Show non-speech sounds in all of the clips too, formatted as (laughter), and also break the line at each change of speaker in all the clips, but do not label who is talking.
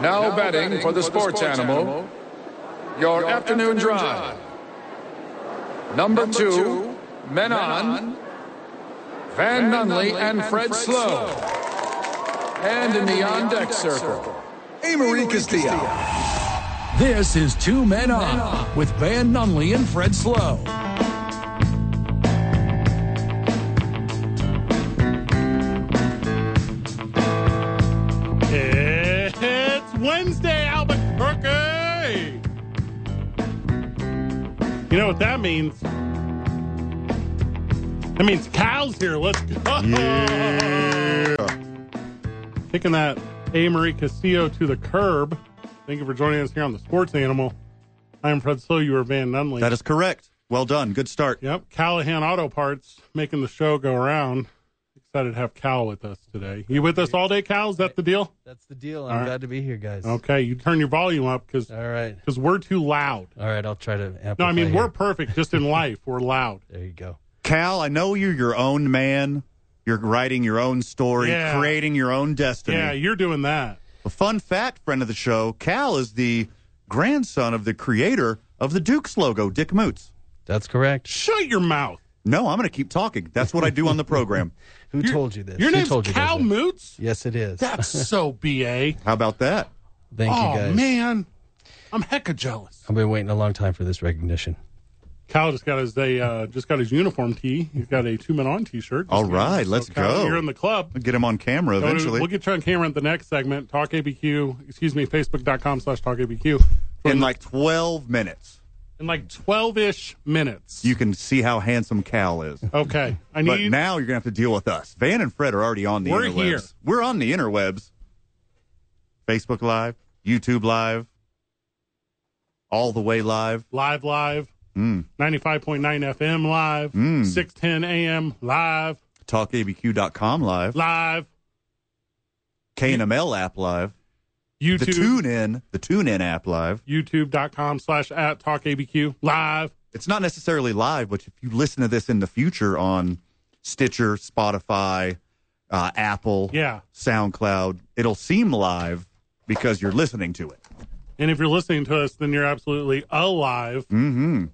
Now, betting, for the sports, animal, your, afternoon, drive. Number, two, Men On, Van, Nunley, and Fred Slow. And in the on deck circle,
Amory Castillo.
This is Two Men On with Van Nunley and Fred Slow.
It's Wednesday, Albuquerque! You know what that means? That means cows here. Let's go! Taking that A. Marie Castillo to the curb. Thank you for joining us here on the Sports Animal. I am Fred Slow. You are Van Nunley.
That is correct. Well done. Good start.
Yep, Callahan Auto Parts making the show go around. Excited to have Cal with us today. You with us all day, Cal? Is that the deal?
That's the deal. I'm
right.
glad to be here, guys.
Okay, you turn your volume up because
All right.
we're too loud.
All right. I'll try to amplify.
No, I mean
here.
we're perfect. Just
(laughs)
in life, we're loud.
There you go.
Cal, I know you're your own man. You're writing your own story,
Yeah.
creating your own destiny.
Yeah, you're doing that.
A fun fact, friend of the show, Cal is the grandson of the creator of the Duke's logo, Dick Moots.
That's correct.
Shut your mouth.
No, I'm going to keep talking. That's what I do on
(laughs)
the program.
Who told you this?
Your
Who
name's
told you
Cal
this? (laughs)
Moots.
Yes, it is.
That's so ba.
How about that?
Thank
oh
you, guys.
man, I'm hecka jealous.
I've been waiting a long time for this recognition.
Cal just got his they uh, just got his uniform tee. He's got a two men on T-shirt.
All right, let's
So, Cal,
go.
You're in the club.
Get him on camera
So
eventually.
We'll get you on camera at the next segment. Talk ABQ. Excuse me. Facebook.com slash Talk ABQ.
in like 12 minutes,
In like 12 ish minutes.
you can see how handsome Cal is.
okay. I
But
need.
now you're going to have to deal with us. Van and Fred are already on the
We're
interwebs.
here.
We're on the interwebs. Facebook Live, YouTube Live, all the way live.
live, live.
Mm.
95.9 FM live,
Mm.
610 AM live,
TalkABQ.com live,
live,
KNML app live, the
YouTube,
tune in, the tune in app live.
youtube.com slash at talk ABQ, live.
It's not necessarily live, but if you listen to this in the future on Stitcher, Spotify, uh, Apple,
Yeah.
SoundCloud, it'll seem live because you're listening to it.
And if you're listening to us, then you're absolutely alive.
Mm-hmm.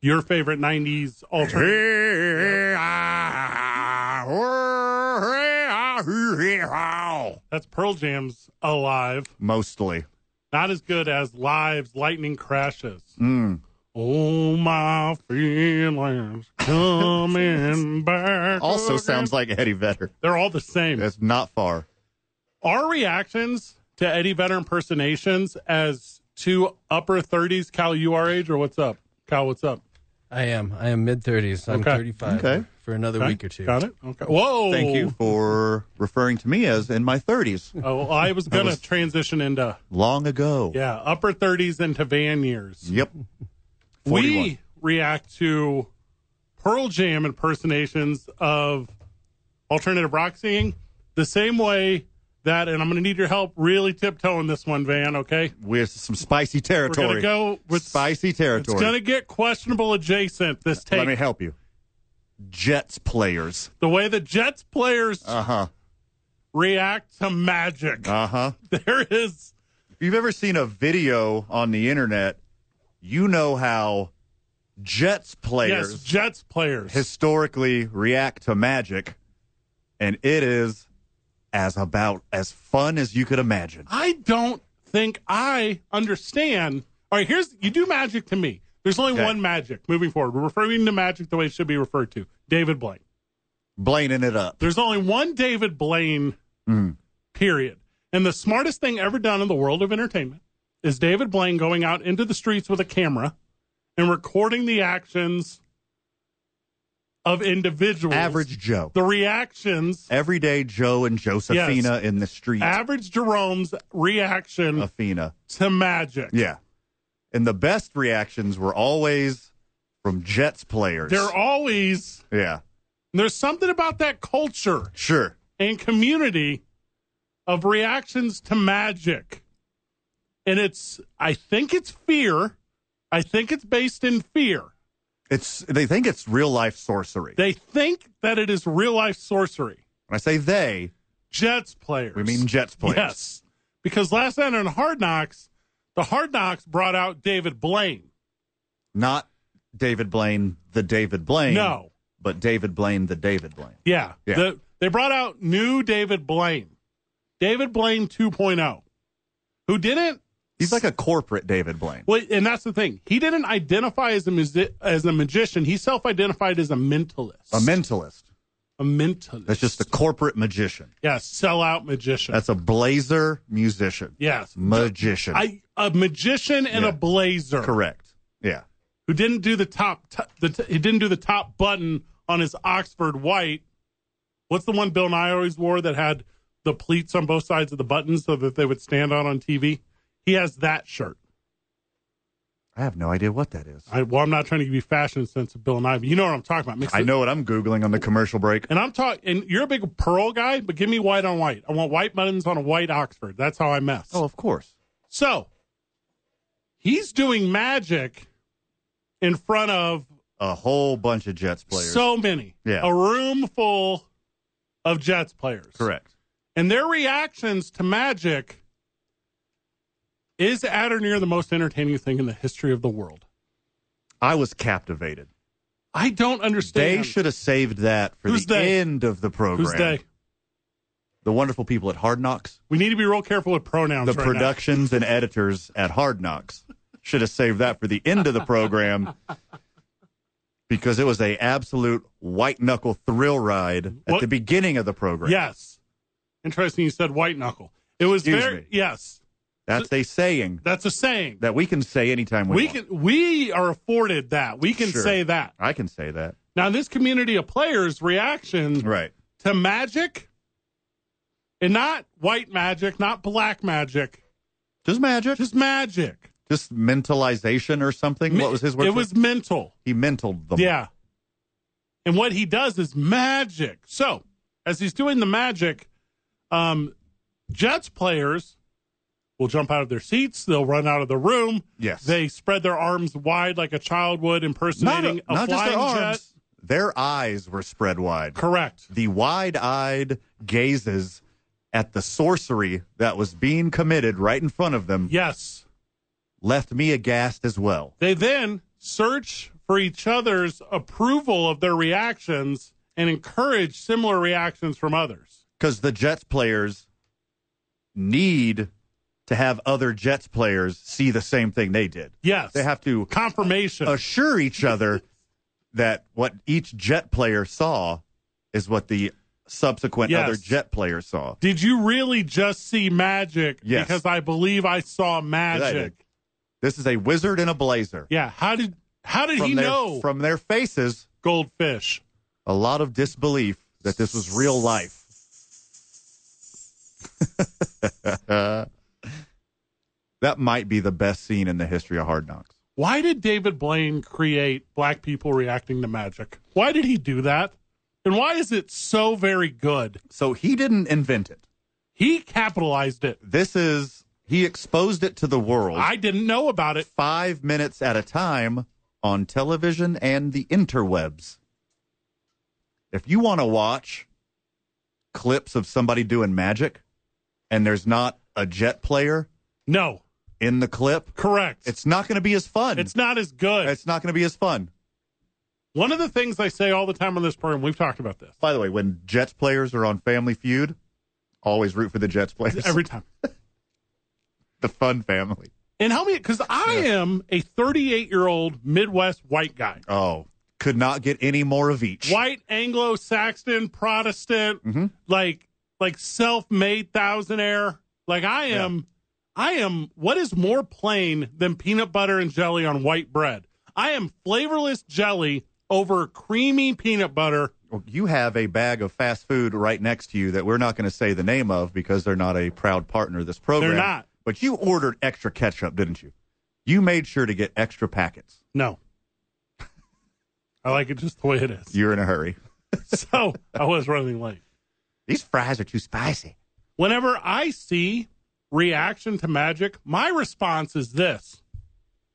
Your favorite 90s alternative. That's Pearl Jam's Alive.
Mostly.
Not as good as Live's Lightning Crashes.
Mm.
Oh, my feelings
(laughs)
coming back.
Also
again.
sounds like Eddie Vedder.
They're all the same.
That's not far.
our reactions to Eddie Vedder impersonations as two upper 30s, Cal, you our age, or what's up? Cal, what's up?
I am. I am mid thirties. I'm
Okay.
35
Okay.
for another
Okay,
week or two.
Got it? Okay. Whoa.
Thank you for referring to me as in my 30s.
Oh, well, I was going to transition into,
Long ago.
yeah, upper 30s into van years.
Yep. 41.
We react to Pearl Jam impersonations of alternative rock singing the same way that, and I'm going to need your help really tiptoeing this one, Van, okay?
We're some spicy
We're
territory.
going to go with
spicy
It's
territory.
going to get questionable adjacent this
Let
take.
me help you. Jets players.
the way the Jets players
Uh huh.
react to magic.
Uh huh.
there is
If you've ever seen a video on the internet, you know how Jets players
yes, Jets players.
historically react to magic, and it is as about as fun as you could imagine.
I don't think I understand. All right, here's you do magic to me. There's only
Okay.
one magic moving forward. We're referring to magic the way it should be referred to. David Blaine.
Blaining it up.
There's only one David Blaine.
Mm.
Period. And the smartest thing ever done in the world of entertainment is David Blaine going out into the streets with a camera and recording the actions of individuals.
Average Joe.
the reactions,
Everyday Joe and Josephina in the street.
average Jerome's reaction
Athena.
to magic.
Yeah. And the best reactions were always from Jets players.
They're always,
yeah.
there's something about that culture
Sure.
and community of reactions to magic. And it's, I think it's fear. I think it's based in fear.
It's they think it's real life sorcery.
They think that it is real life sorcery.
when I say they,
Jets players.
we mean Jets players.
Yes. because last night on Hard Knocks, the Hard Knocks brought out David Blaine.
Not David Blaine, the David Blaine.
No.
But David Blaine, the David Blaine.
Yeah.
Yeah.
The, they brought out new David Blaine. David Blaine 2.0, who didn't,
He's like a corporate David Blaine.
well, and that's the thing. He didn't identify as a, musi- as a magician. He self identified as a mentalist.
A mentalist.
A mentalist.
That's just a corporate magician.
Yeah, sellout magician.
That's a blazer musician.
yes.
Magician.
I, a magician and
Yeah.
a blazer.
Correct. Yeah.
who didn't do the top, t- the t- he didn't do the top button on his Oxford white. What's the one Bill Nye always wore that had the pleats on both sides of the buttons so that they would stand out on TV? He has that shirt.
I have no idea what that is.
I, well, I'm not trying to give you fashion sense of Bill Nye, but you know what I'm talking about. Makes
I
it-
know what I'm Googling on the commercial break.
And I'm talking, and you're a big pearl guy, but give me white on white. I want white buttons on a white Oxford. That's how I mess.
Oh, of course.
So he's doing magic in front of
A whole bunch of Jets players.
So many.
Yeah.
A room full of Jets players.
Correct.
And their reactions to magic is at or near the most entertaining thing in the history of the world.
I was captivated.
I don't understand.
They should have saved that for
Who's
the
they?
end of the program.
Who's they?
The wonderful people at Hard Knocks,
We need to be real careful with pronouns.
the
right now.
productions and editors at Hard Knocks should have saved that for the end of the program because it was a absolute white knuckle thrill ride at
What-
the beginning of the program.
Yes. Interesting. You said white knuckle. It was
Excuse
very
me.
yes.
That's a saying
That's a saying.
that we can say anytime we,
we
want.
can we are afforded that. We can
Sure.
say that.
I can say that.
Now this community of players reaction
Right.
to magic and not white magic, not black magic,
Just magic. Just,
just magic.
mentalization or something. what was his word?
It
for
was mental.
he mentaled them.
Yeah. And what he does is magic. So, as he's doing the magic, um, Jets players will jump out of their seats. They'll run out of the room.
Yes.
They spread their arms wide like a child would,
not,
impersonating a,
not just
flying
their arms.
jet.
Their eyes were spread wide.
Correct.
the wide eyed gazes at the sorcery that was being committed right in front of them
Yes.
left me aghast as well.
They then search for each other's approval of their reactions and encourage similar reactions from others.
Because the Jets players need to have other Jets players see the same thing they did.
Yes.
They have to
confirmation.
assure each other that what each Jet player saw is what the subsequent
Yes.
other Jet player saw.
Did you really just see magic?
Yes.
Because I believe I saw
I
magic.
did. This is a wizard in a blazer.
Yeah. How did how did he
their,
know
from their faces,
goldfish?
a lot of disbelief that this was real life. (laughs) that might be the best scene in the history of Hard Knocks.
Why did David Blaine create black people reacting to magic? Why did he do that? And why is it so very good?
So he didn't invent it.
He capitalized it.
This is he exposed it to the world
I didn't know about it.
five minutes at a time on television and the interwebs. If you want to watch clips of somebody doing magic and there's not a jet player
No.
in the clip,
Correct.
it's not going to be as fun.
It's not as good.
(laughs) It's not going to be as fun.
One of the things I say all the time on this program, we've talked about this
By the way, when Jets players are on Family Feud, always root for the Jets (laughs) players.
every time.
the fun family.
And help me, because I am a 38 year old Midwest white guy,
Oh, could not get any more of each.
white Anglo Saxon Protestant, like like self made thousandaire. Like I am, I am. What is more plain than peanut butter and jelly on white bread? I am flavorless jelly over creamy peanut butter.
Well, You have a bag of fast food right next to you that we're not going to say the name of because they're not a proud partner of this program.
They're not.
But you ordered extra ketchup, didn't you? You made sure to get extra packets.
No, (laughs) I like it just the way it is.
You're in a hurry.
(laughs) So I was running late.
These fries are too spicy.
whenever I see reaction to magic, my response is this: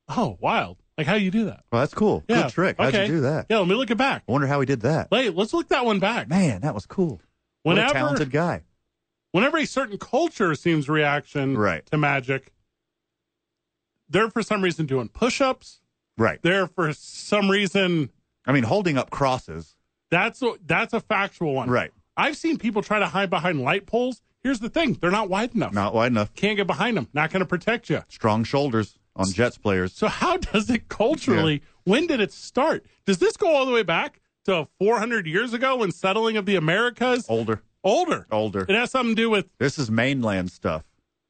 "Oh, wild! Like how you do that?
Well, that's cool. Good trick. How'd
okay.
you do that?
Yeah, let me look it back.
I wonder how he did that.
Wait, let's look that one back.
Man, that was cool. What a
Whenever,
talented guy.
whenever a certain culture seems reaction
Right.
to magic, they're for some reason doing push ups.
Right.
They're for some reason
I mean, holding up crosses.
that's a, that's a factual one.
Right.
I've seen people try to hide behind light poles. Here's the thing: they're not wide enough.
Not wide enough.
Can't get behind them. Not going to protect you.
Strong shoulders on Jets players.
So how (laughs) does it culturally? When did it start? Does this go all the way back to 400 years ago when settling of the Americas?
Older.
Older.
Older.
It has something to do with
This is mainland stuff.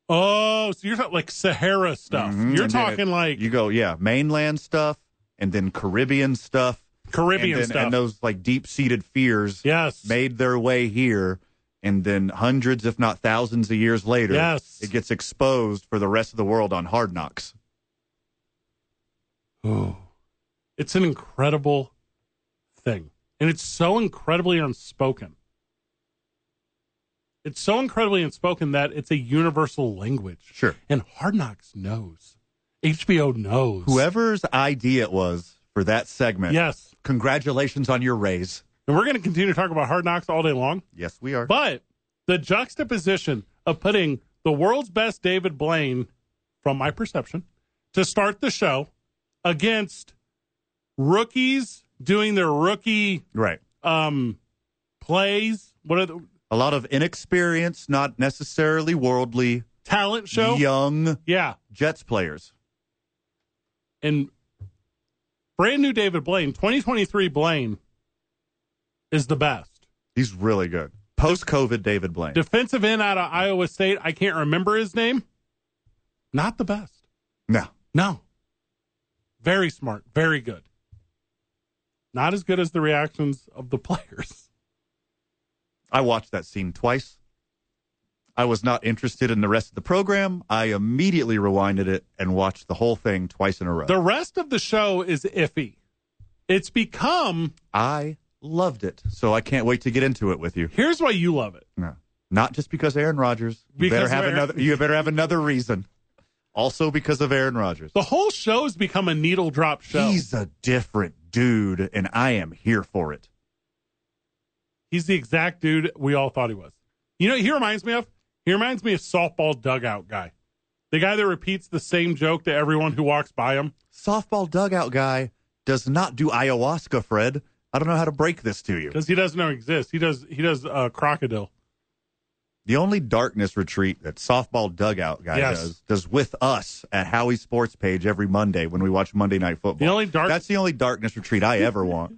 oh, so you're talking like Sahara stuff.
Mhm.
You're
And then it-
talking like
you go, yeah, mainland stuff, and then Caribbean stuff, and
Caribbean
then-
stuff.
and those like deep seated fears
yes.
made their way here, and then hundreds, if not thousands, of years later,
Yes.
it gets exposed for the rest of the world on Hard Knocks.
It's an incredible thing. And it's so incredibly unspoken. It's so incredibly unspoken that it's a universal language.
Sure.
And Hard Knocks knows. HBO knows.
Whoever's idea it was for that segment,
Yes.
congratulations on your raise.
And we're going to continue to talk about Hard Knocks all day long.
Yes, we are.
But the juxtaposition of putting the world's best David Blaine, from my perception, to start the show against rookies doing their rookie
right.
um plays, what are the
A lot of inexperience, not necessarily worldly,
talent show?
young
Yeah.
Jets players.
And brand new David Blaine, 2023 Blaine is the best.
He's really good. Post COVID David Blaine.
Defensive end out of Iowa State, I can't remember his name. Not the best.
no.
No. Very smart, very good. Not as good as the reactions of the (laughs) players.
I watched that scene twice. I was not interested in the rest of the program. I immediately rewinded it and watched the whole thing twice in a row.
The rest of the show is iffy. It's become
I loved it, so I can't wait to get into it with you.
here's why you love it.
No. Not just because Aaron Rodgers. You
Because
better have
of Aaron-
another. You better have another reason. Also because of Aaron Rodgers.
The whole show's become a needle drop show.
He's a different dude, and I am here for it.
He's the exact dude we all thought he was. You know, what he reminds me of he reminds me of softball dugout guy, the guy that repeats the same joke to everyone who walks by him.
Softball dugout guy does not do ayahuasca, Fred. I don't know how to break this to you.
because he doesn't know exists. He does. He does uh, crocodile.
The only darkness retreat that softball dugout guy
Yes.
does does with us at Howie's Sports Page every Monday when we watch Monday Night Football.
The only dark-
That's the only darkness retreat I ever want.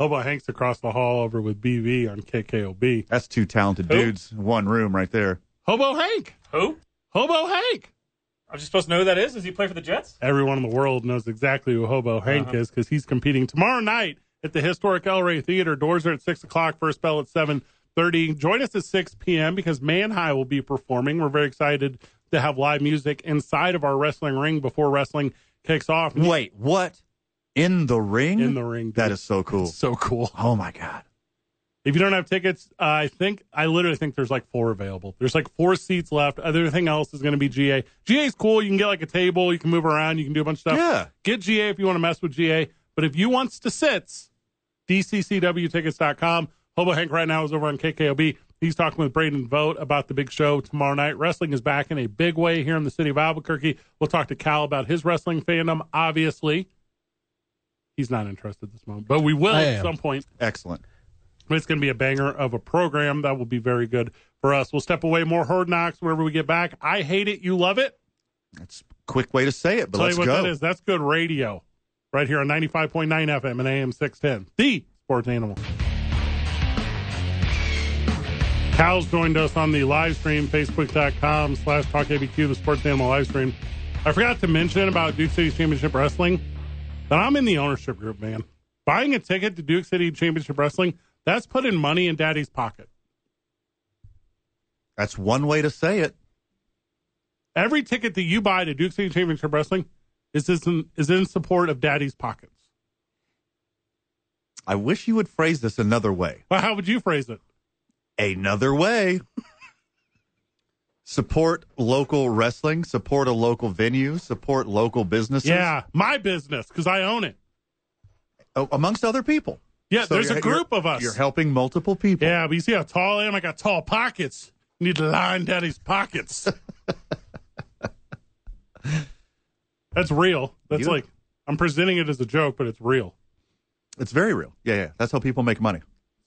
Hobo Hanks across the hall over with BV on KKOB.
That's two talented
Who?
dudes in one room right there.
Hobo Hank.
Who?
Hobo Hank.
I'm just supposed to know who that is? Does he play for the Jets? Uh-huh.
Everyone in the world knows exactly who Hobo Hank is because he's competing tomorrow night at the historic El Rey Theater. Doors are at six o'clock. First bell at seven thirty. Join us at six p.m. because Man High will be performing. We're very excited to have live music inside of our wrestling ring before wrestling kicks off.
Wait, what? In the ring?
In the ring, dude.
That is so cool.
so cool.
Oh my god.
If you don't have tickets, uh, I think I literally think there's like four available. There's like four seats left. Everything else is going to be GA. GA is cool. You can get like a table. You can move around. You can do a bunch of stuff.
Yeah.
Get GA if you want to mess with GA. But if you wants to sits, DCCWtickets.com. Hobo Hank right now is over on KKOB. He's talking with Braden Vote about the big show tomorrow night. Wrestling is back in a big way here in the city of Albuquerque. We'll talk to Cal about his wrestling fandom, obviously. He's not interested this moment, but we will
I
at
am.
some point.
Excellent.
It's going to be a banger of a program that will be very good for us. We'll step away more hard knocks whenever we get back. I hate it, you love it.
That's a quick way to say it, but
Tell
let's
you what
go.
that is. That's good radio, right here on ninety five point nine FM and AM six ten. The Sports Animal. Cal's joined us on the live stream, facebook.com slash talkabq, the sports animal live stream. I forgot to mention about Duke City Championship Wrestling that I'm in the ownership group, man. Buying a ticket to Duke City Championship Wrestling, that's putting money in daddy's pocket.
That's one way to say it.
Every ticket that you buy to Duke City Championship Wrestling is in, is in support of daddy's pockets.
I wish you would phrase this another way.
Well, how would you phrase it?
another way. support local wrestling, support a local venue, support local businesses.
yeah, my business because I own it.
a- amongst other people.
Yeah, there's a
you're-
group
you're-
of us.
You're helping multiple people.
Yeah, but you see how tall I am? I got tall pockets. Need to line daddy's pockets. That's real. That's
You-
like I'm presenting it as a joke, but it's real.
It's very real. Yeah, yeah. That's how people make money.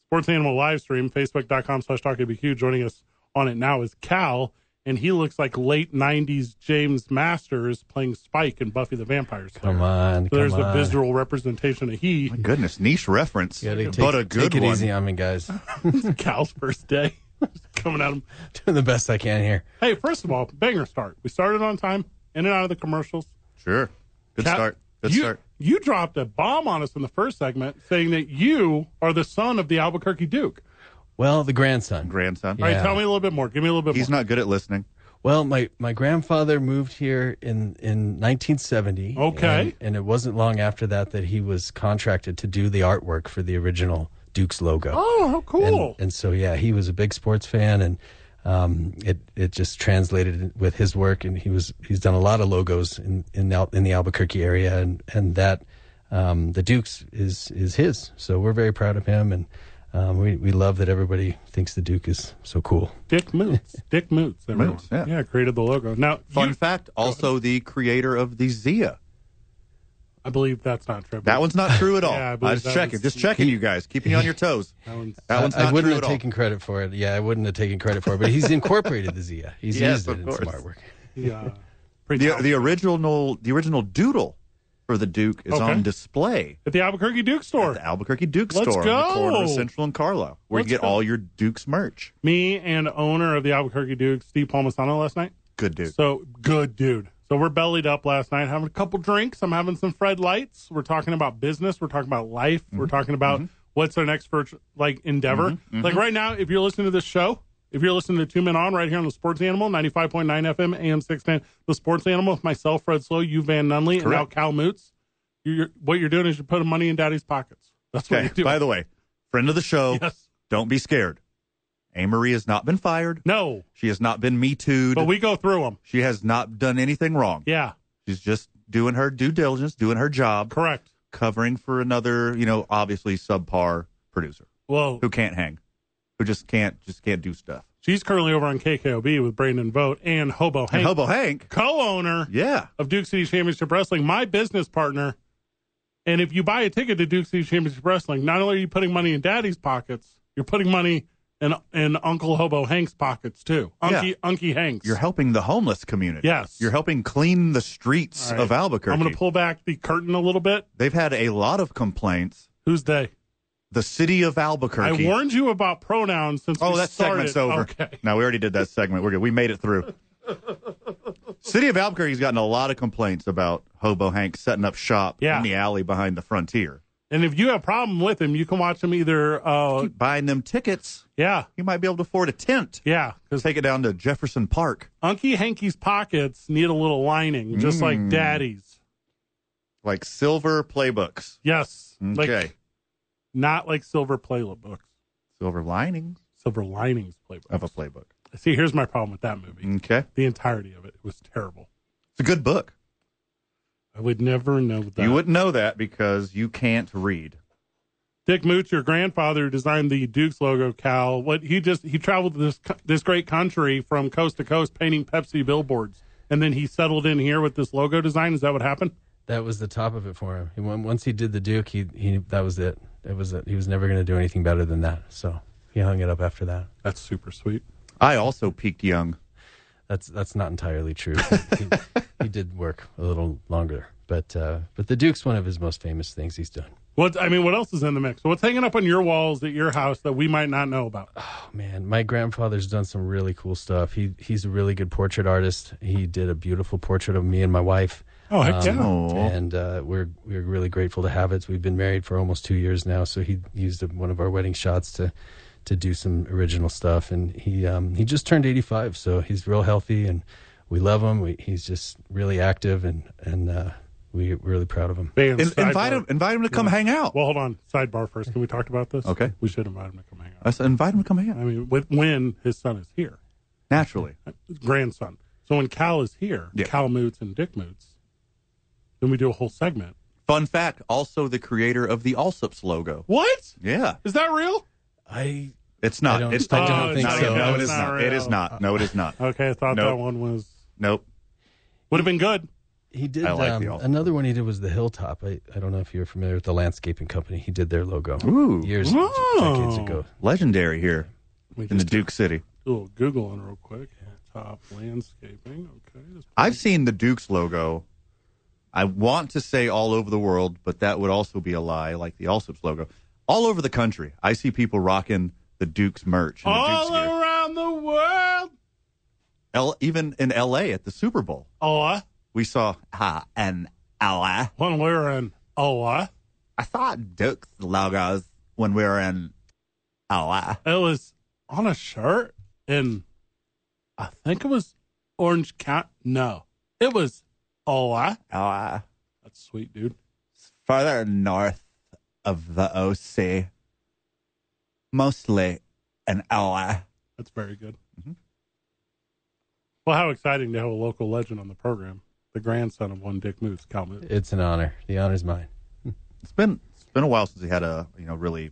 Sports Animal live stream, facebook.com slash talkabq. Joining us on it now is Cal, and he looks like late 90s James Masters playing Spike in Buffy the Vampire Slayer.
Come on.
So there's
come
a
on.
visual representation of he,
(laughs)
My goodness, niche reference,
Gotta take,
but a good
take it
one.
easy on me, guys. (laughs)
Cal's first day. (laughs) Just coming at him.
Doing the best I can here.
Hey, first of all, banger start. We started on time, in and out of the commercials.
Sure. Good
Cal-
start. Good
you,
start.
You dropped a bomb on us in the first segment saying that you are the son of the Albuquerque Duke.
Well, the grandson.
Grandson.
All right,
Yeah.
tell me a little bit more. Give me a little bit
He's
more.
not good at listening.
Well, my, my grandfather moved here in, in 1970.
Okay.
And, and it wasn't long after that that he was contracted to do the artwork for the original Duke's logo.
oh, how
And-
cool.
And, so, yeah, he was a big sports fan, and um, it it just translated with his work. And he was he's done a lot of logos in in, Al, in the Albuquerque area, and and that um, the Duke's is is his. So we're very proud of him, and um, we we love that everybody thinks the Duke is so cool.
Dick Moots. Dick Moots. everyone.
Moots, yeah.
created the logo. Now,
Fun
you-
fact also the creator of the Zia.
I believe that's not true.
That one's not
(laughs)
true at all.
Yeah, I
I
believe
was
that
checking.
was-
Just checking you guys, keeping you on your toes.
That one's-
That one's
I,
not
I wouldn't
true
have
at all.
taken credit for it. Yeah, I wouldn't have taken credit for it. But he's incorporated the Zia. He's
(laughs) Yes,
used it
of
in some
course.
artwork.
yeah. uh, Pretty
The,
talented.
the original the original doodle for the Duke is
Okay.
on display
At the Albuquerque Duke store.
at the Albuquerque Duke
Let's
store on the corner of
go.
Central and Carlo, where
Let's
you get
go.
all your Duke's merch.
Me and owner of the Albuquerque Duke, Steve Palmasano, last night.
Good Duke.
So good, dude. So we're bellied up last night, having a couple drinks. I'm having some Fred Lights. We're talking about business. We're talking about life. We're
Mm-hmm.
talking about what's our next vir- like endeavor. Like right now, if you're listening to this show, if you're listening to Two Men On right here on the Sports Animal, 95.9 FM, AM 610, the Sports Animal with myself, Fred Slow, you Van Nunley, and now
Correct.
Cal Moots. You're, what you're doing is you're putting money in Daddy's pockets. That's what
okay.
you're doing.
By the way, friend of the show,
Yes.
don't be scared. Amory has not been fired.
no,
She has not been Me Too'd.
but we go through them.
she has not done anything wrong.
Yeah,
She's just doing her due diligence, doing her job,
correct.
covering for another, you know, obviously subpar producer
Whoa,
who can't hang, who just can't just can't do stuff.
she's currently over on KKOB with Brandon Vote and Hobo Hank.
And Hobo Hank,
co-owner
yeah,
of Duke City Championship Wrestling, my business partner. And if you buy a ticket to Duke City Championship Wrestling, not only are you putting money in Daddy's pockets, you're putting money in in Uncle Hobo Hank's pockets too. Unky Unky Hanks.
you're helping the homeless community.
Yes.
you're helping clean the streets
All right.
of Albuquerque.
I'm going to pull back the curtain a little bit.
They've had a lot of complaints.
Who's they?
The city of Albuquerque.
I warned you about pronouns since
Oh,
we
that
started.
segment's over.
Okay.
No, we already did that segment. We're good. We made
(laughs)
it through. City of Albuquerque's gotten a lot of complaints about Hobo Hank setting up shop
Yeah.
in the alley behind the frontier.
And if you have a problem with him, you can watch him either uh
Buying them tickets,
yeah.
you might be able to afford a tent.
Yeah, cuz
Take it down to Jefferson Park,
Unky Hanky's pockets need a little lining just like
Mm.
Daddy's.
like silver playbooks.
Yes.
Okay,
Like not like silver playbook books,
silver linings
silver linings playbook.
of a Mm. playbook.
See, here's my problem with that movie.
Okay,
The entirety of it was terrible.
it's a good book.
I would never know that.
You wouldn't know that because you can't read.
Dick Moots, your grandfather, who designed the Duke's logo. Cal, what he just he traveled this co- this great country from coast to coast painting Pepsi billboards, and then he settled in here with this logo design. Is that what happened?
That was the top of it for him. He, won- once he did the Duke, he, he that was it. It was it. he was never going to do anything better than that. So he hung it up after that.
That's super sweet.
I also peaked young.
That's that's not entirely true.
(laughs)
he, he did work a little longer, but uh, but the Duke's one of his most famous things he's done.
What I mean, what else is in the mix? What's hanging up on your walls at your house that we might not know about?
Oh man, my grandfather's done some really cool stuff. He he's a really good portrait artist. He did a beautiful portrait of me and my wife.
Oh heck yeah!
Oh,
And uh, we're we're really grateful to have it. We've been married for almost two years now, so he used one of our wedding shots to to do some original stuff. And he um, he just turned eighty five, so he's real healthy, and we love him. We, he's just really active, and and uh, we we're really proud of him.
Bam,
In- invite
sidebar.
him. Invite him to come hang out.
Well, hold on. Sidebar first. Can we talk about this?
Okay.
We should invite him to come hang out.
I said, invite him to come hang out.
I mean, with, when his son is here,
Naturally.
his grandson. So when Cal is here,
Yeah.
Cal Moots and Dick Moots, then we do a whole segment.
Fun fact, also the creator of the Allsups logo.
What?
Yeah.
Is that real?
I
It's
I
not.
don't-
It's
I
totally
don't think
not.
so.
No,
No,
it is
it's
not.
not
It is
real.
not. No, it is not.
Okay, I thought
Nope.
that one was
Nope.
would have been good.
He did.
I like the
um,
Alpha.
another one he did was the Hilltop. I, I don't know if you're familiar with the landscaping company. He did their logo
Ooh.
years
Oh.
decades ago.
Legendary here
We
in the
just did
Duke City.
a little googling real quick. Top landscaping. Okay, that's
I've seen the Duke's logo. I want to say all over the world, but that would also be a lie, like the Allsup's logo. All over the country, I see people rocking the Duke's merch. And the
all
Duke's gear.
around the world.
L- even in L.A. at the Super Bowl,
Oh, uh,
we saw ha an L.A.
when we were in oh, uh,
I thought Duke's logos when we were in L.A.
it was on a shirt, and I think it was Orange Count. No, it was oh, uh,
L.A.
that's sweet, dude.
farther north of the OC, mostly in LA.
That's very good.
Mhm.
Well, how exciting to have a local legend on the program. The grandson of one Dick Moose, Cal Moose.
It's an honor. The honor's mine.
It's been it's been a while since we had a you know really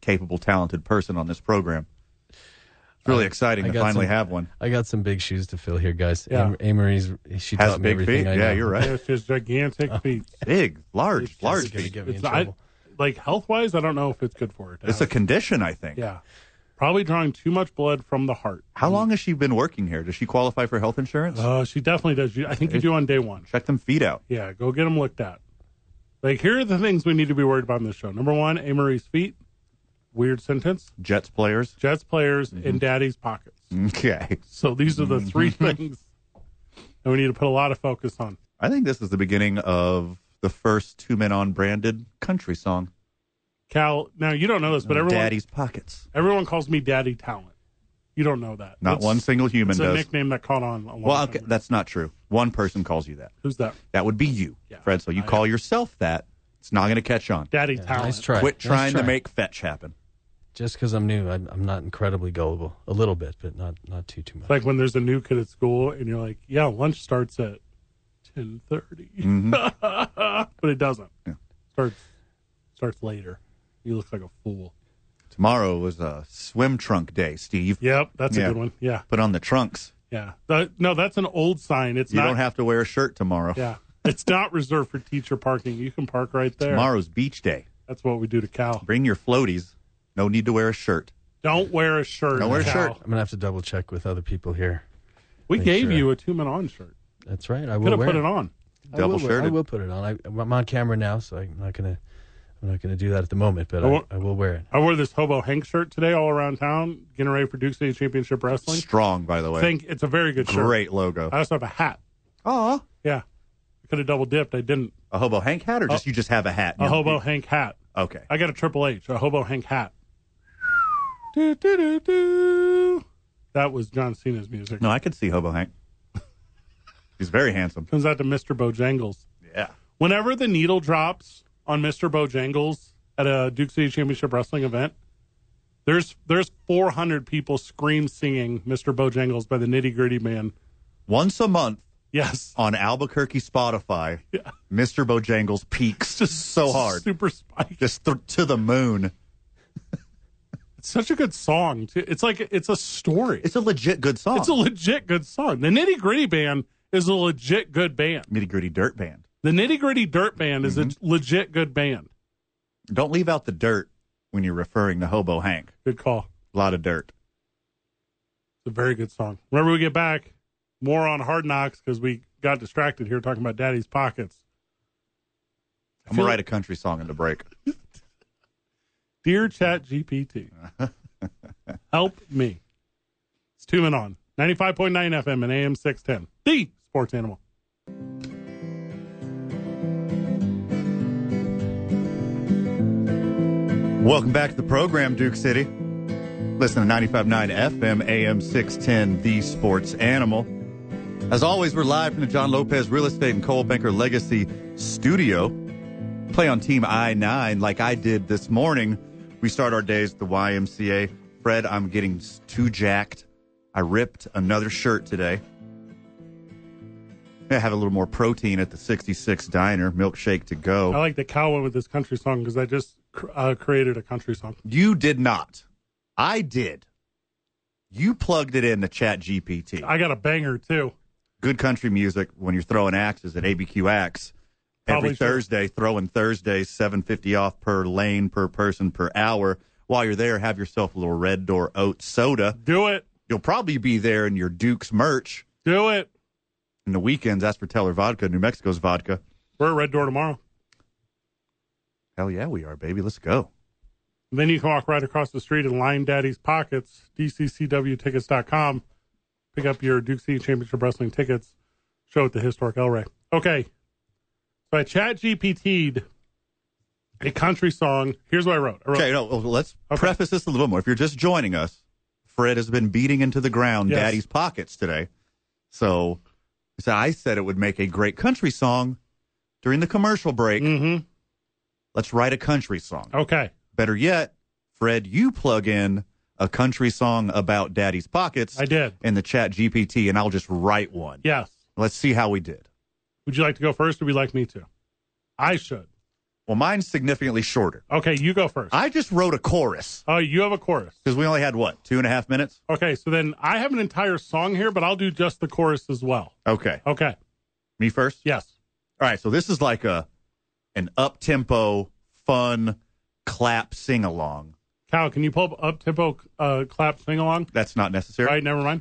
capable, talented person on this program. It's really exciting
I
to
got
finally
some-
have one.
I got some big shoes to fill here, guys.
Yeah.
Yeah. Amory's she
Has
taught me
big
everything.
feet.
I
yeah,
know.
you're
(laughs)
right.
It's just gigantic feet.
Big, large,
It's
large
This is gonna
feet.
get me in
It's- I-
trouble.
like health wise, I don't know if it's good for it.
It's a condition, I think.
yeah, probably drawing too much blood from the heart.
How long has she been working here? Does she qualify for health insurance?
Uh, she definitely does. You- I think you do on day one.
Check them feet out.
Yeah, go get them looked at. Like here are the things we need to be worried about in this show. Number one, Amory's feet. Weird sentence.
Jets players. (laughs)
Jets players
Mm-hmm.
in Daddy's pockets.
Okay.
So these are
Mm-hmm.
the three (laughs) things that we need to put a lot of focus on.
I think this is the beginning of the first two men on branded country song.
Cal, now you don't know this, but everyone
Daddy's pockets.
everyone calls me Daddy Talent. You don't know that.
Not
That's-
one single human
It's a
does.
nickname that caught on. A long
well,
time
okay,
ago.
that's not true. One person calls you that.
who's that?
That would be you,
Yeah,
Fred. So you
I
call yourself that. It's not going to catch on.
Daddy Talent.
Nice try.
Quit
Nice
trying
try.
to make fetch happen.
Just because I'm new, I'm, I'm not incredibly gullible. A little bit, but not not too too much.
It's like when there's a new kid at school and you're like, yeah, lunch starts at 1030. (laughs) but it doesn't.
Mm-hmm. Yeah.
Starts starts later. You look like a fool.
Tomorrow was a swim trunk day, Steve.
Yep, that's
Yeah.
a good one. Yeah,
Put on the trunks.
yeah. That- no, that's an old sign. It's
You
not.
don't have to wear a shirt tomorrow.
(laughs) yeah, it's not reserved for teacher parking. You can park right there.
Tomorrow's beach day.
That's what we do to Cal.
Bring your floaties. No need to wear a shirt.
Don't wear a shirt.
Don't wear a
Cal.
shirt.
I'm gonna have to double check with other people here.
We gave
sure.
you a two man on shirt.
That's right. I
Could
will
have
wear
put it on.
I will,
Double
wear- I
shirted.
will put it on. I, I'm on camera now, so I'm not gonna I'm not gonna do that at the moment. But
I
I,
won't-
I will wear it.
I wore this Hobo Hank shirt today all around town, getting ready for Duke City Championship Wrestling.
Strong, by the way.
Think it's a very good shirt.
Great logo.
I also have a hat.
Aw.
Yeah. I could have double dipped. I didn't.
A hobo Hank hat, or just you just have a hat?
A Hobo Hank hat.
Okay.
I got a Triple H, a Hobo Hank hat. do, do, do, do. That was John Cena's music.
No, I could see Hobo Hank. (laughs) He's very handsome.
Comes out to Mr. Bojangles.
Yeah.
Whenever the needle drops on Mr. Bojangles at a Duke City Championship Wrestling event, there's there's 400 people scream singing Mr. Bojangles by the Nitty Gritty Man.
Once a month
Yes.
on Albuquerque Spotify, Mr. Bojangles peaks just so hard,
Super spiky.
just th- to the moon.
It's such a good song. Too. It's like it's a story.
It's a legit good song.
It's a legit good song. The Nitty Gritty Band is a legit good band.
nitty gritty dirt band.
The Nitty Gritty Dirt Band is a legit good band.
Don't leave out the dirt when you're referring to Hobo Hank.
Good call.
A lot of dirt.
It's a very good song. Whenever we get back, more on Hard Knocks because we got distracted here talking about Daddy's Pockets.
I'm gonna write a country song in the break.
Dear Chat GPT, help me. It's two men on 95.9 FM and AM 610. The sports animal.
Welcome back to the program, Duke City. Listen to 95.9 FM, AM 610, The Sports Animal. As always, we're live from the John Lopez Real Estate and Coal Banker Legacy Studio. Play on Team I 9 like I did this morning. We start our days at the YMCA. Fred, I'm getting s- too jacked. I ripped another shirt today. I have a little more protein at the 66 Diner, milkshake to go.
I like the cow one with this country song because I just cr- uh, created a country song.
You did not. I did. You plugged it in to Chat GPT.
I got a banger too.
Good country music when you're throwing axes at ABQ Axe. Every
Probably true.
Thursday, throwing Thursdays, seven fifty off per lane, per person, per hour. While you're there, have yourself a little Red Door Oat soda.
Do it.
You'll probably be there in your Duke's merch.
Do it.
In the weekends, that's for Teller Vodka, New Mexico's vodka.
We're at Red Door tomorrow.
Hell yeah, we are, baby. Let's go.
Then you can walk right across the street in Lime Daddy's Pockets, DCCWtickets.com. Pick up your Duke City Championship Wrestling tickets. Show at the historic El Rey. Okay. So I chat GPT'd a country song. Here's what I wrote. I wrote
Okay, no, well, let's
Okay.
preface this a little more. If you're just joining us, Fred has been beating into the ground
Yes.
Daddy's pockets today. So, so I said it would make a great country song during the commercial break.
Mhm.
Let's write a country song.
Okay.
Better yet, Fred, you plug in a country song about Daddy's pockets
I did.
in the chat GPT, and I'll just write one.
Yes.
Let's see how we did.
Would you like to go first or would you like me to? I should.
Well, mine's significantly shorter.
Okay, you go first.
I just wrote a chorus
Oh, you have a chorus.
because we only had what two and a half minutes.
Okay, so then I have an entire song here, but I'll do just the chorus as well.
Okay,
Okay.
me first.
Yes.
All right, so this is like a an up tempo, fun clap sing along.
Cal, can you pull up up tempo uh, clap sing along?
That's not necessary.
All right, never mind.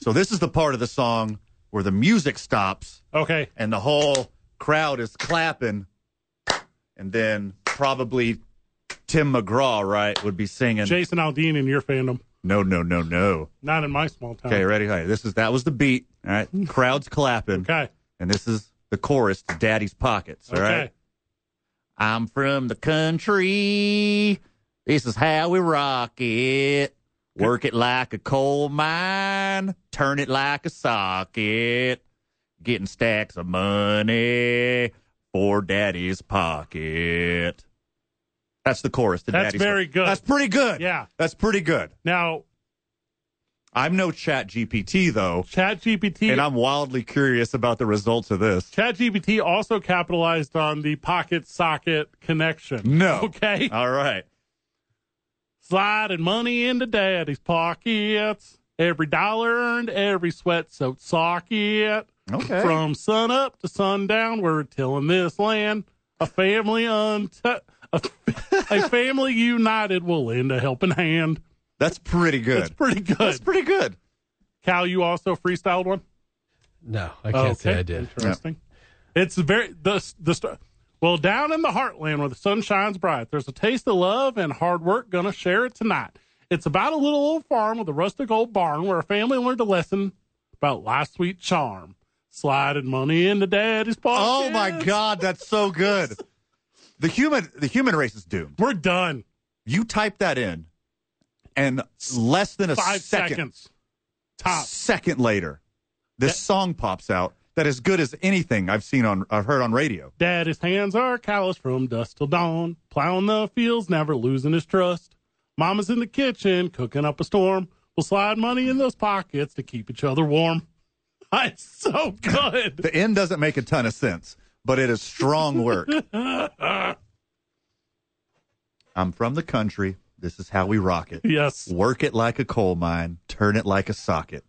So this is the part of the song where the music stops
Okay.
and the whole crowd is clapping, and then probably Tim McGraw, right, would be singing.
Jason Aldean in your fandom,
no, no, no, no.
not in my small town.
Okay, ready? All right, this is that was the beat.
(laughs)
All right, crowd's clapping,
Okay.
and this is the chorus to Daddy's Pockets. All
Okay.
right. I'm from the country. This is how we rock it. Work it like a coal mine, turn it like a socket. Getting stacks of money for daddy's pocket. That's the chorus to
That's
daddy's
very good.
That's pretty good.
Yeah.
That's pretty good.
Now,
I'm no chat GPT though,
Chat GPT.
and I'm wildly curious about the results of this.
Chat GPT also capitalized on the pocket socket connection.
No.
Okay.
All right.
Sliding money into daddy's pockets. Every dollar earned, every sweat soaked socket.
Okay.
From sun up to sundown, we're tilling this land. A family untu- a, a family united will lend a helping hand.
That's pretty good.
That's pretty good.
That's pretty good.
Cal, you also freestyled one.
No, I can't say I did.
Interesting. It's very the the st- well down in the heartland where the sun shines bright. There's a taste of love and hard work. Gonna share it tonight. It's about a little old farm with a rustic old barn where a family learned a lesson about life's sweet charm. Sliding money into daddy's pocket.
Oh my God, that's so good. The human the human race is doomed.
We're done.
You type that in, and less than a
Five
second
seconds. Top.
second later, this song pops out that is good as anything I've seen on I've heard on radio.
Daddy's hands are calloused from dusk till dawn, plowing the fields, never losing his trust. Mama's in the kitchen, cooking up a storm. We'll slide money in those pockets to keep each other warm. (laughs) Ah, It's so good. (laughs)
The end doesn't make a ton of sense, but it is
(laughs)
strong work. I'm from the country. This is how we rock it.
yes.
Work it like a coal mine, turn it like a socket,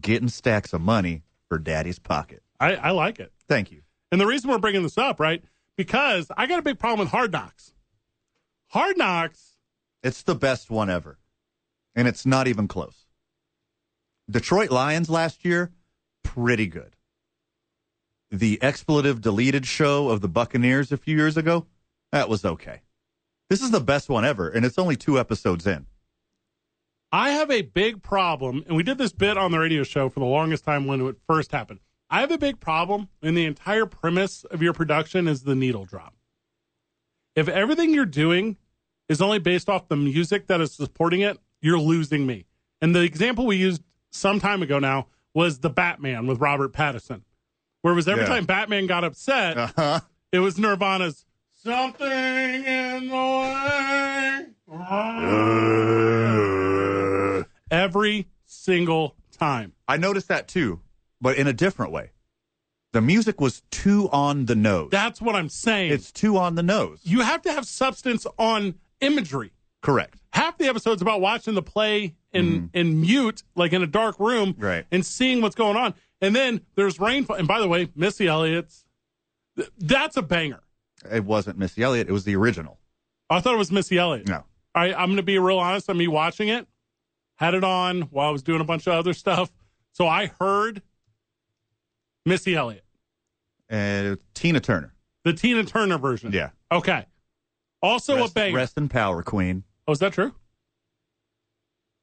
getting stacks of money for daddy's pocket.
I, I like it.
Thank you.
And the reason we're bringing this up, right? Because I got a big problem with Hard Knocks. Hard Knocks,
It's the best one ever. And it's not even close. Detroit Lions last year, pretty good. The expletive deleted show of the Buccaneers a few years ago, that was okay. This is the best one ever, and it's only two episodes in.
I have a big problem, and we did this bit on the radio show for the longest time when it first happened. I have a big problem, and the entire premise of your production is the needle drop. If everything you're doing is only based off the music that is supporting it, you're losing me. And the example we used some time ago now was the Batman with Robert Pattinson, where it was every
Yeah.
time Batman got upset,
Uh-huh.
it was Nirvana's "Something in the Way" every single time.
I noticed that too, but in a different way. The music was too on the nose.
That's what I'm saying.
it's too on the nose.
you have to have substance on imagery.
Correct.
half the episode's about watching the play in in mute, like in a dark room,
Mm-hmm. Right.
and seeing what's going on. And then there's rainfall. And by the way, Missy Elliott's th- that's a banger.
It wasn't Missy Elliott. It was the original.
I thought it was Missy Elliott.
No.
I, I'm going to be real honest on me watching it. Had it on while I was doing a bunch of other stuff. So I heard Missy Elliott,
Uh, Tina Turner.
the Tina Turner version.
Yeah.
Okay. Also
rest,
a banger.
Rest in power, Queen.
Oh, is that true?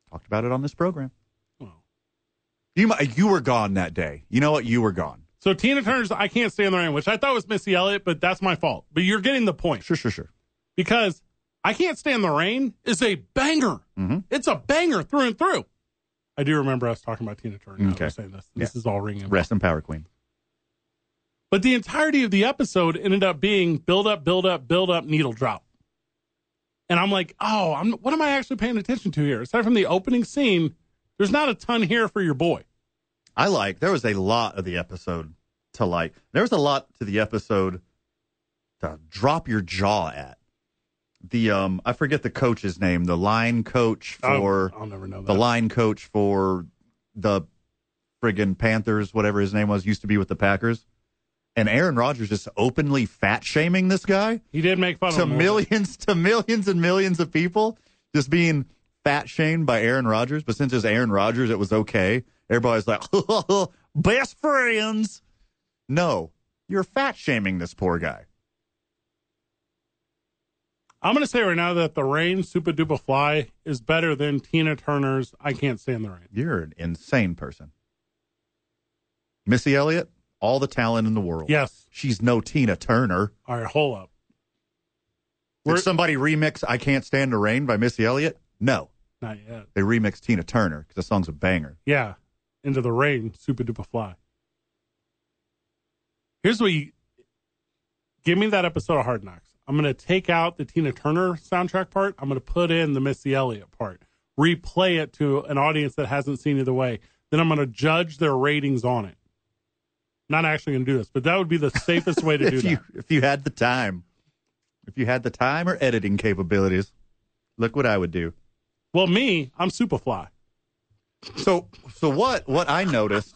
Talked about it on this program.
Wow.
You mi- you were gone that day. You know what? You were gone.
So Tina Turner's I Can't Stand the Rain, which I thought was Missy Elliott, but that's my fault. But you're getting the point
Sure, sure, sure.
because I Can't Stand the Rain is a banger.
Mhm.
It's a banger through and through. I do remember us talking about Tina Turner. Okay.
Okay.
saying this. This is all ringing.
Rest in power, Queen.
But the entirety of the episode ended up being build up, build up, build up, needle drop. And I'm like, oh, I'm, what am I actually paying attention to here? Aside from the opening scene, there's not a ton here for your boy.
I like. There was a lot of the episode to like. There was a lot to the episode to drop your jaw at. The um, I forget the coach's name. The line coach for
I'll, I'll never know Oh, that.
the line coach for the friggin' Panthers, whatever his name was, used to be with the Packers. And Aaron Rodgers just openly fat shaming this guy
he did make fun of
to
him a little bit.
millions, to millions and millions of people, just being fat shamed by Aaron Rodgers. But since it's Aaron Rodgers, it was okay. Everybody's like, (laughs) best friends. No, you're fat shaming this poor guy.
I'm going to say right now that the rain, Super Duper Fly, is better than Tina Turner's I Can't Stand the Rain.
You're an insane person. Missy Elliott, all the talent in the world.
Yes.
She's no Tina Turner.
All right, hold up. We're-
Did somebody remix I Can't Stand the Rain by Missy Elliott? No.
Not yet.
They remixed Tina Turner because the song's a banger.
Yeah. Into the rain, super duper fly. Here's what you give me that episode of Hard Knocks. I'm gonna take out the Tina Turner soundtrack part. I'm gonna put in the Missy Elliott part. Replay it to an audience that hasn't seen either way. Then I'm gonna judge their ratings on it. Not actually gonna do this, but that would be the safest way to do
(laughs) if you
that.
if you had the time. If you had the time or editing capabilities, look what I would do.
Well, me, I'm Superfly.
So so what what I noticed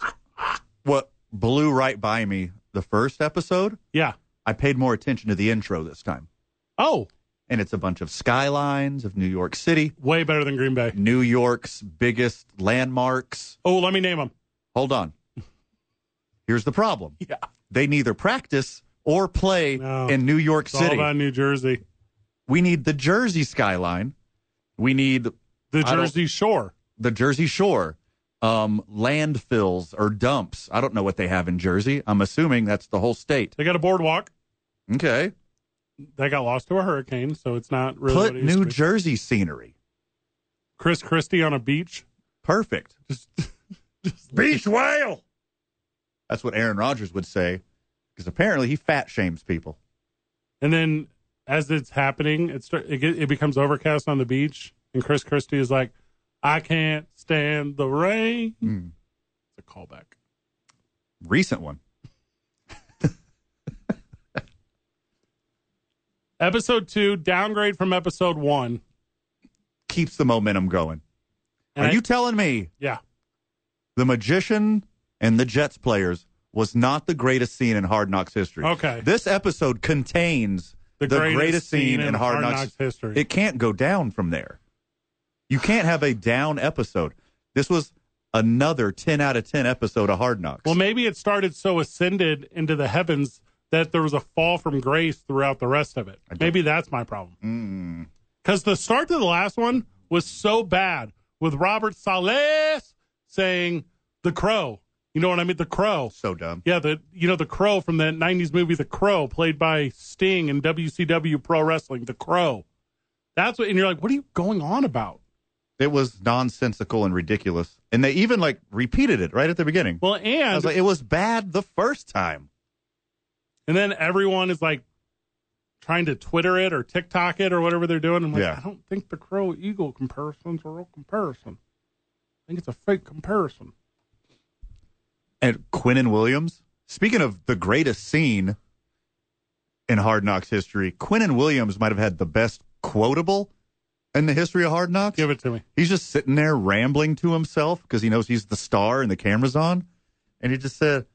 what blew right by me the first episode,
Yeah.
I paid more attention to the intro this time.
Oh,
And it's a bunch of skylines of New York City,
way better than Green Bay.
New York's biggest landmarks.
Oh, let me name them.
Hold on. Here's the problem.
Yeah.
they neither practice or play
No.
in New York
It's all
City.
about New Jersey.
We need the Jersey skyline. We need
The
I don't-
Jersey Shore.
the Jersey Shore, um, landfills or dumps. I don't know what they have in Jersey. I'm assuming that's the whole state.
They got a boardwalk.
Okay.
that got lost to a hurricane, so it's not really
Put
what it used
New
to be.
Jersey scenery.
Chris Christie on a beach.
Perfect.
(laughs) Beach whale.
That's what Aaron Rodgers would say because apparently he fat shames people.
And then as it's happening, it start, it, get, it becomes overcast on the beach, and Chris Christie is like, "I can't stand the rain."
Mm.
It's a callback.
Recent one.
Episode two downgrade from episode one.
Keeps the momentum going.
And
Are
I-
you telling me
Yeah,
The Magician and the Jets players was not the greatest scene in Hard Knocks history.
Okay.
This episode contains
the,
the, greatest, scene in Hard, Knocks.
history.
It can't go down from there. You can't have a down episode. This was another 10 out of 10 episode of Hard Knocks.
well, maybe it started so ascended into the heavens that there was a fall from grace throughout the rest of it.
don't-
Maybe that's my problem.
Mm.
Because the start to the last one was so bad with Robert Sales saying the crow. You know what I mean? The crow.
so dumb.
Yeah, the you know the crow from that '90s movie, The Crow, played by Sting in WCW Pro Wrestling. The Crow. That's what, and you're like, what are you going on about?
It was nonsensical and ridiculous. And they even like repeated it right at the beginning.
Well,
I
and
was like, it was bad the first time.
and then everyone is like trying to Twitter it or TikTok it or whatever they're doing. I'm like,
Yeah.
I don't think the crow eagle comparison's a real comparison. I think it's a fake comparison.
and Quinn and Williams. Speaking of the greatest scene in Hard Knocks history, Quinn and Williams might have had the best quotable in the history of Hard Knocks?
Give it to me.
He's just sitting there rambling to himself because he knows he's the star and the camera's on. And he just said,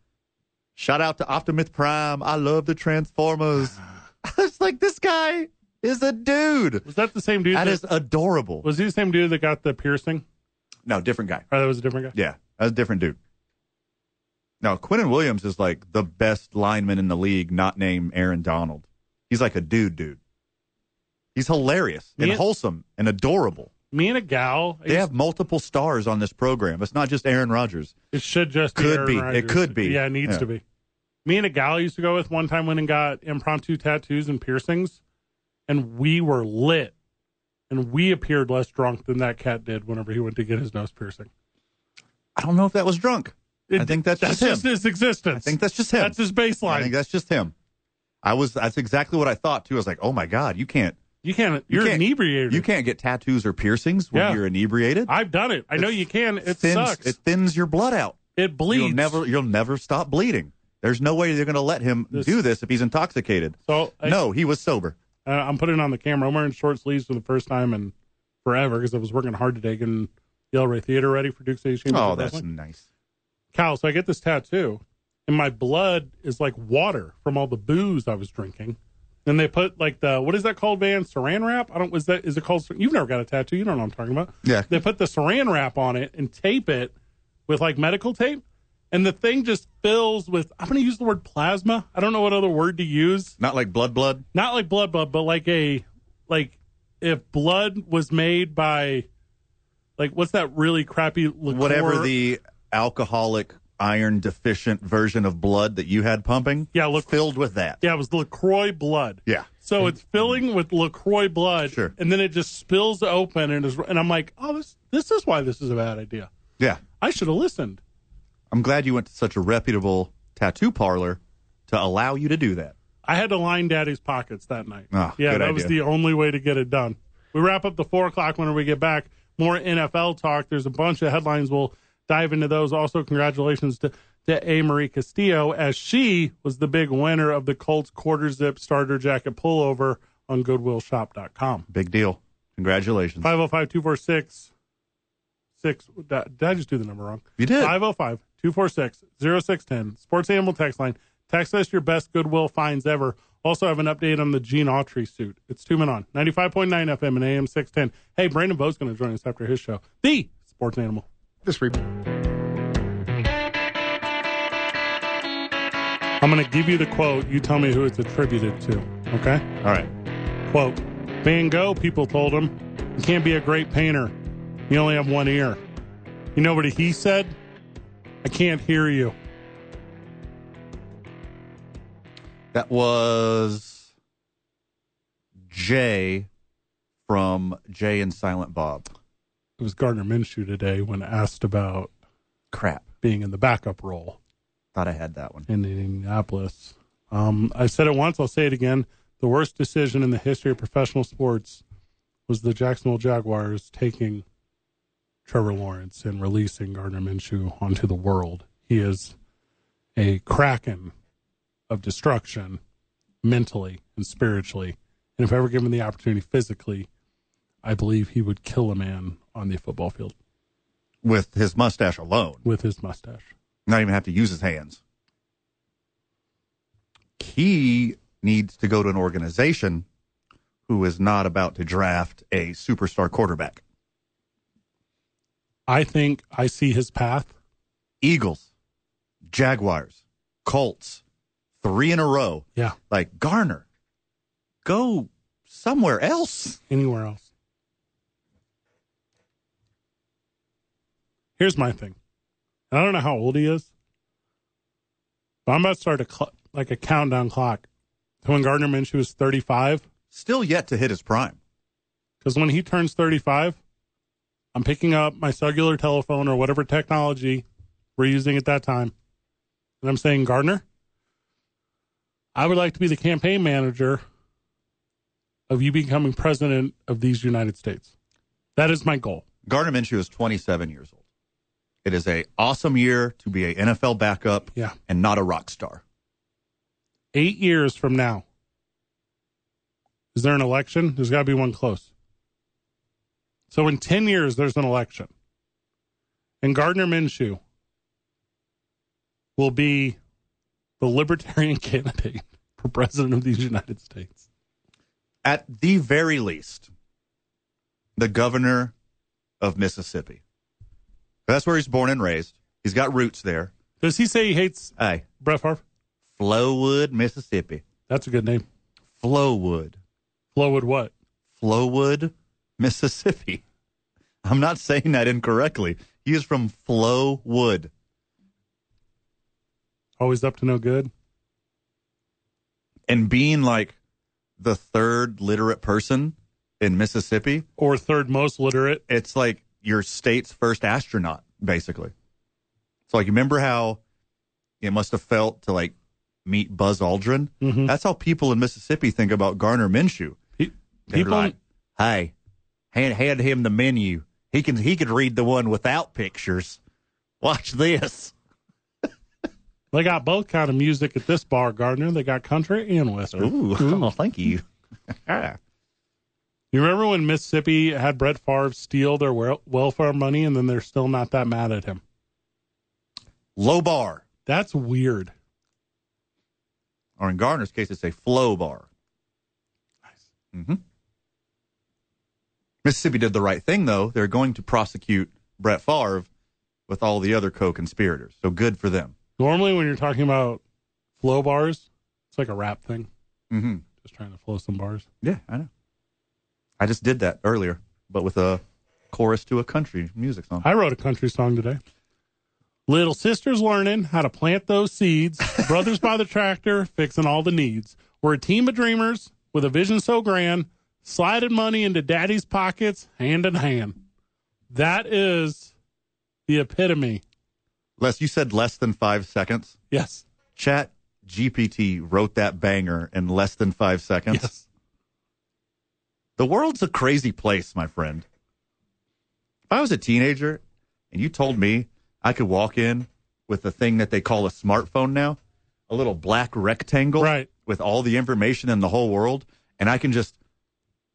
Shout out to Optimus Prime. I love
(sighs)
the Transformers. (laughs) it's like, this guy is a dude.
Was that the same dude?
That
that-
is adorable.
was he the same dude that got the piercing?
no, different guy.
Or that was a different guy?
Yeah, that's a different dude. Now, Quinton Williams is like the best lineman in the league, not named Aaron Donald. He's like a dude, dude. He's hilarious and
Yeah.
wholesome and adorable.
Me and a gal.
They have multiple stars on this program. It's not just Aaron Rodgers.
It should just be
Could
Aaron
be. It
Rodgers.
could be.
Yeah, it needs
Yeah.
to be. Me and a gal I used to go with one time went and got impromptu tattoos and piercings, and we were lit, and we appeared less drunk than that cat did whenever he went to get his nose piercing.
I don't know if that was drunk. I think that's,
That's
just him.
just his existence.
I think that's just him.
that's his
I think
baseline.
that's just him. I was. That's exactly what I thought too. I was like, oh my god, you can't.
You can't.
you
You're
can't-
inebriated.
You can't get tattoos or piercings when
Yeah.
you're inebriated.
I've done it. I know you can. It
thins,
sucks. It,
It thins your blood out.
bleeds.
You'll never. You'll never stop bleeding. There's no way they're going to let him
This-
do this if he's intoxicated.
So I,
no, he was sober.
Uh, I'm putting it on the camera. I'm wearing short sleeves for the first time in forever because I was working hard today getting the El Rey Theater ready for Duke City Chamber.
Oh,
of
that's
Wrestling.
nice.
Kyle. So I get this tattoo, and my blood is like water from all the booze I was drinking. And they put like the what is that called, Van? Saran wrap? I don't. Was that is it called? You've never got a tattoo. You don't know what I'm talking about.
Yeah.
They put the Saran wrap on it and tape it with like medical tape, and the thing just fills with. I'm going to use the word plasma. I don't know what other word to use
Not like blood, blood.
not like blood blood but like a like if blood was made by like what's that really crappy liqueur?
Whatever the alcoholic, iron deficient version of blood that you had pumping.
Yeah, look-
filled with that.
yeah it was lacroix blood
Yeah.
so it's filling with lacroix blood
Sure.
and then it just spills open and is and i'm like oh this this is why this is a bad idea
Yeah.
i should have listened
I'm glad you went to such a reputable tattoo parlor to allow you to do that.
i had to line daddy's pockets that night
Oh,
yeah
good
that was the
idea.
only way to get it done we wrap up the four o'clock when we get back more nfl talk there's a bunch of headlines we'll dive into those. Also, congratulations to, to A. Marie Castillo, as she was the big winner of the Colts quarter zip starter jacket pullover on goodwillshop.com.
Big deal. Congratulations.
505 246 6. Did I just do the number wrong?
You did.
505 246 0610. Sports Animal Text Line. Text us your best Goodwill finds ever. Also, have an update on the Gene Autry suit. It's two men on 95.9 FM and AM 610. Hey, Brandon Bowe's going to join us after his show. The Sports Animal.
This report.
I'm going to give you the quote. You tell me who it's attributed to. Okay?
All right.
Quote Van Gogh, people told him, you can't be a great painter. You only have one ear. You know what he said? I can't hear you.
That was Jay from Jay and Silent Bob.
It was Gardner Minshew today when asked about
Crap.
being in the backup role
Thought I had that one.
in Indianapolis. Um, I said it once, I'll say it again. The worst decision in the history of professional sports was the Jacksonville Jaguars taking Trevor Lawrence and releasing Gardner Minshew onto the world. He is a kraken of destruction mentally and spiritually. And if ever given the opportunity physically, I believe he would kill a man on the football field
With his mustache alone.
with his mustache.
Not even have to use his hands. He needs to go to an organization who is not about to draft a superstar quarterback.
I think I see his path.
Eagles, Jaguars, Colts, three in a row.
Yeah.
Like Garner, go somewhere else.
anywhere else. Here's my thing. I don't know how old he is, but I'm about to start a cl- like a countdown clock. So when Gardner Minshew was 35,
Still yet to hit his prime.
because when he turns 35, I'm picking up my cellular telephone or whatever technology we're using at that time. And I'm saying, Gardner, I would like to be the campaign manager of you becoming president of these United States. That is my goal.
Gardner Minshew is 27 years old. It is a awesome year to be a NFL backup
Yeah.
and not a rock star.
Eight years from now, is there an election? There's got to be one close. So in 10 years, there's an election. And Gardner Minshew will be the libertarian (laughs) candidate for president of these United States.
At the very least, the governor of Mississippi. That's where he's born and raised. He's got roots there.
Does he say he hates
Hey,
Brett Favre?
Flowwood, Mississippi.
That's a good name.
Flowwood.
Flowwood what?
Flowwood, Mississippi. (laughs) I'm not saying that incorrectly. He is from Flowwood.
Always up to no good.
And being like the third literate person in Mississippi,
Or third most literate.
it's like your state's first astronaut, basically. So like, you remember how it must have felt to like meet Buzz Aldrin?
Mhm.
That's how people in Mississippi think about Garner Minshew.
Pe-
They're
people,
like, hey, hand hand him the menu. He can he could read the one without pictures. Watch this.
they got both kind of music at this bar, Gardner. They got country and western.
Ooh, (laughs) Oh, thank you.
You remember when Mississippi had Brett Favre steal their wel- welfare money and then they're still not that mad at him?
Low bar,
That's weird.
or in Garner's case, it's a flow bar. Nice. hmm Mississippi did the right thing, though. They're going to prosecute Brett Favre with all the other co-conspirators. So good for them.
Normally, when you're talking about flow bars, it's like a rap thing.
Mm-hmm.
Just trying to flow some bars.
Yeah, I know. I just did that earlier, but with a chorus to a country music song.
I wrote a country song today. Little sister's learning how to plant those seeds. Brothers by the tractor, fixing all the needs. We're a team of dreamers with a vision so grand, sliding money into daddy's pockets hand in hand. That is the epitome.
Les, you said less than five seconds.
Yes.
Chat GPT wrote that banger in less than five seconds.
Yes.
The world's a crazy place, my friend. If I was a teenager and you told me I could walk in with a thing that they call a smartphone now, a little black rectangle
Right.
with all the information in the whole world, and I can just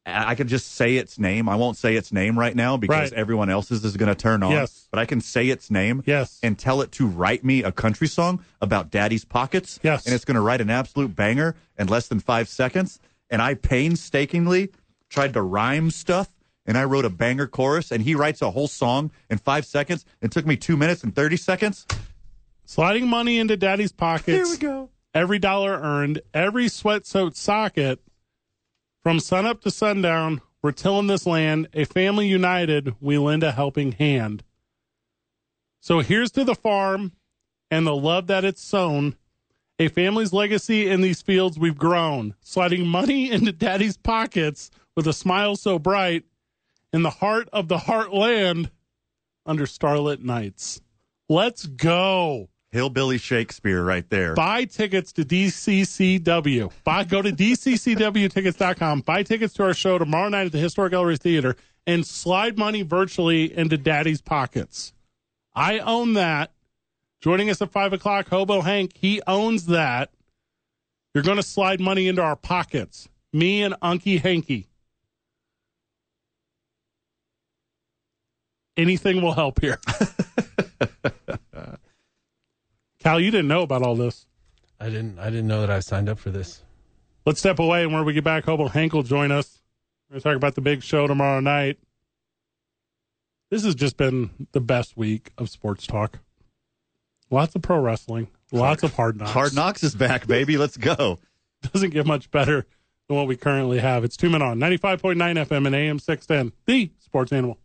I I can just say its name. I won't say its name right now because
Right.
everyone else's is going to turn on.
Yes.
But I can say its name
Yes.
and tell it to write me a country song about daddy's pockets.
Yes.
And it's going to write an absolute banger in less than five seconds. And I painstakingly tried to rhyme stuff and I wrote a banger chorus and he writes a whole song in five seconds. It took me two minutes and 30 seconds.
Sliding money into daddy's pockets.
go.
every dollar earned, every sweat soaked socket, from sunup to sundown, we're tilling this land. A family united, we lend a helping hand. So here's to the farm and the love that it's sown. A family's legacy in these fields we've grown, sliding money (laughs) into daddy's pockets with a smile so bright in the heart of the heartland under starlit nights. Let's go
Hillbilly Shakespeare right there.
buy tickets to DCCW. Buy, go to DCCWtickets.com. Buy tickets to our show tomorrow night at the Historic Ellery Theater and slide money virtually into daddy's pockets. I own that. Joining us at 5 o'clock, Hobo Hank, he owns that. You're going to slide money into our pockets. Me and Unky Hanky. Anything will help here. Cal, you didn't know about all this.
I didn't. I didn't know that I signed up for this.
Let's step away, and when we get back, Hobo Hank will join us. We're going to talk about the big show tomorrow night. This has just been the best week of sports talk. Lots of pro wrestling, lots of hard knocks.
Hard Knocks is back, baby. Let's go.
doesn't get much better than what we currently have. It's two men on 95.9 FM and AM 610, the sports animal.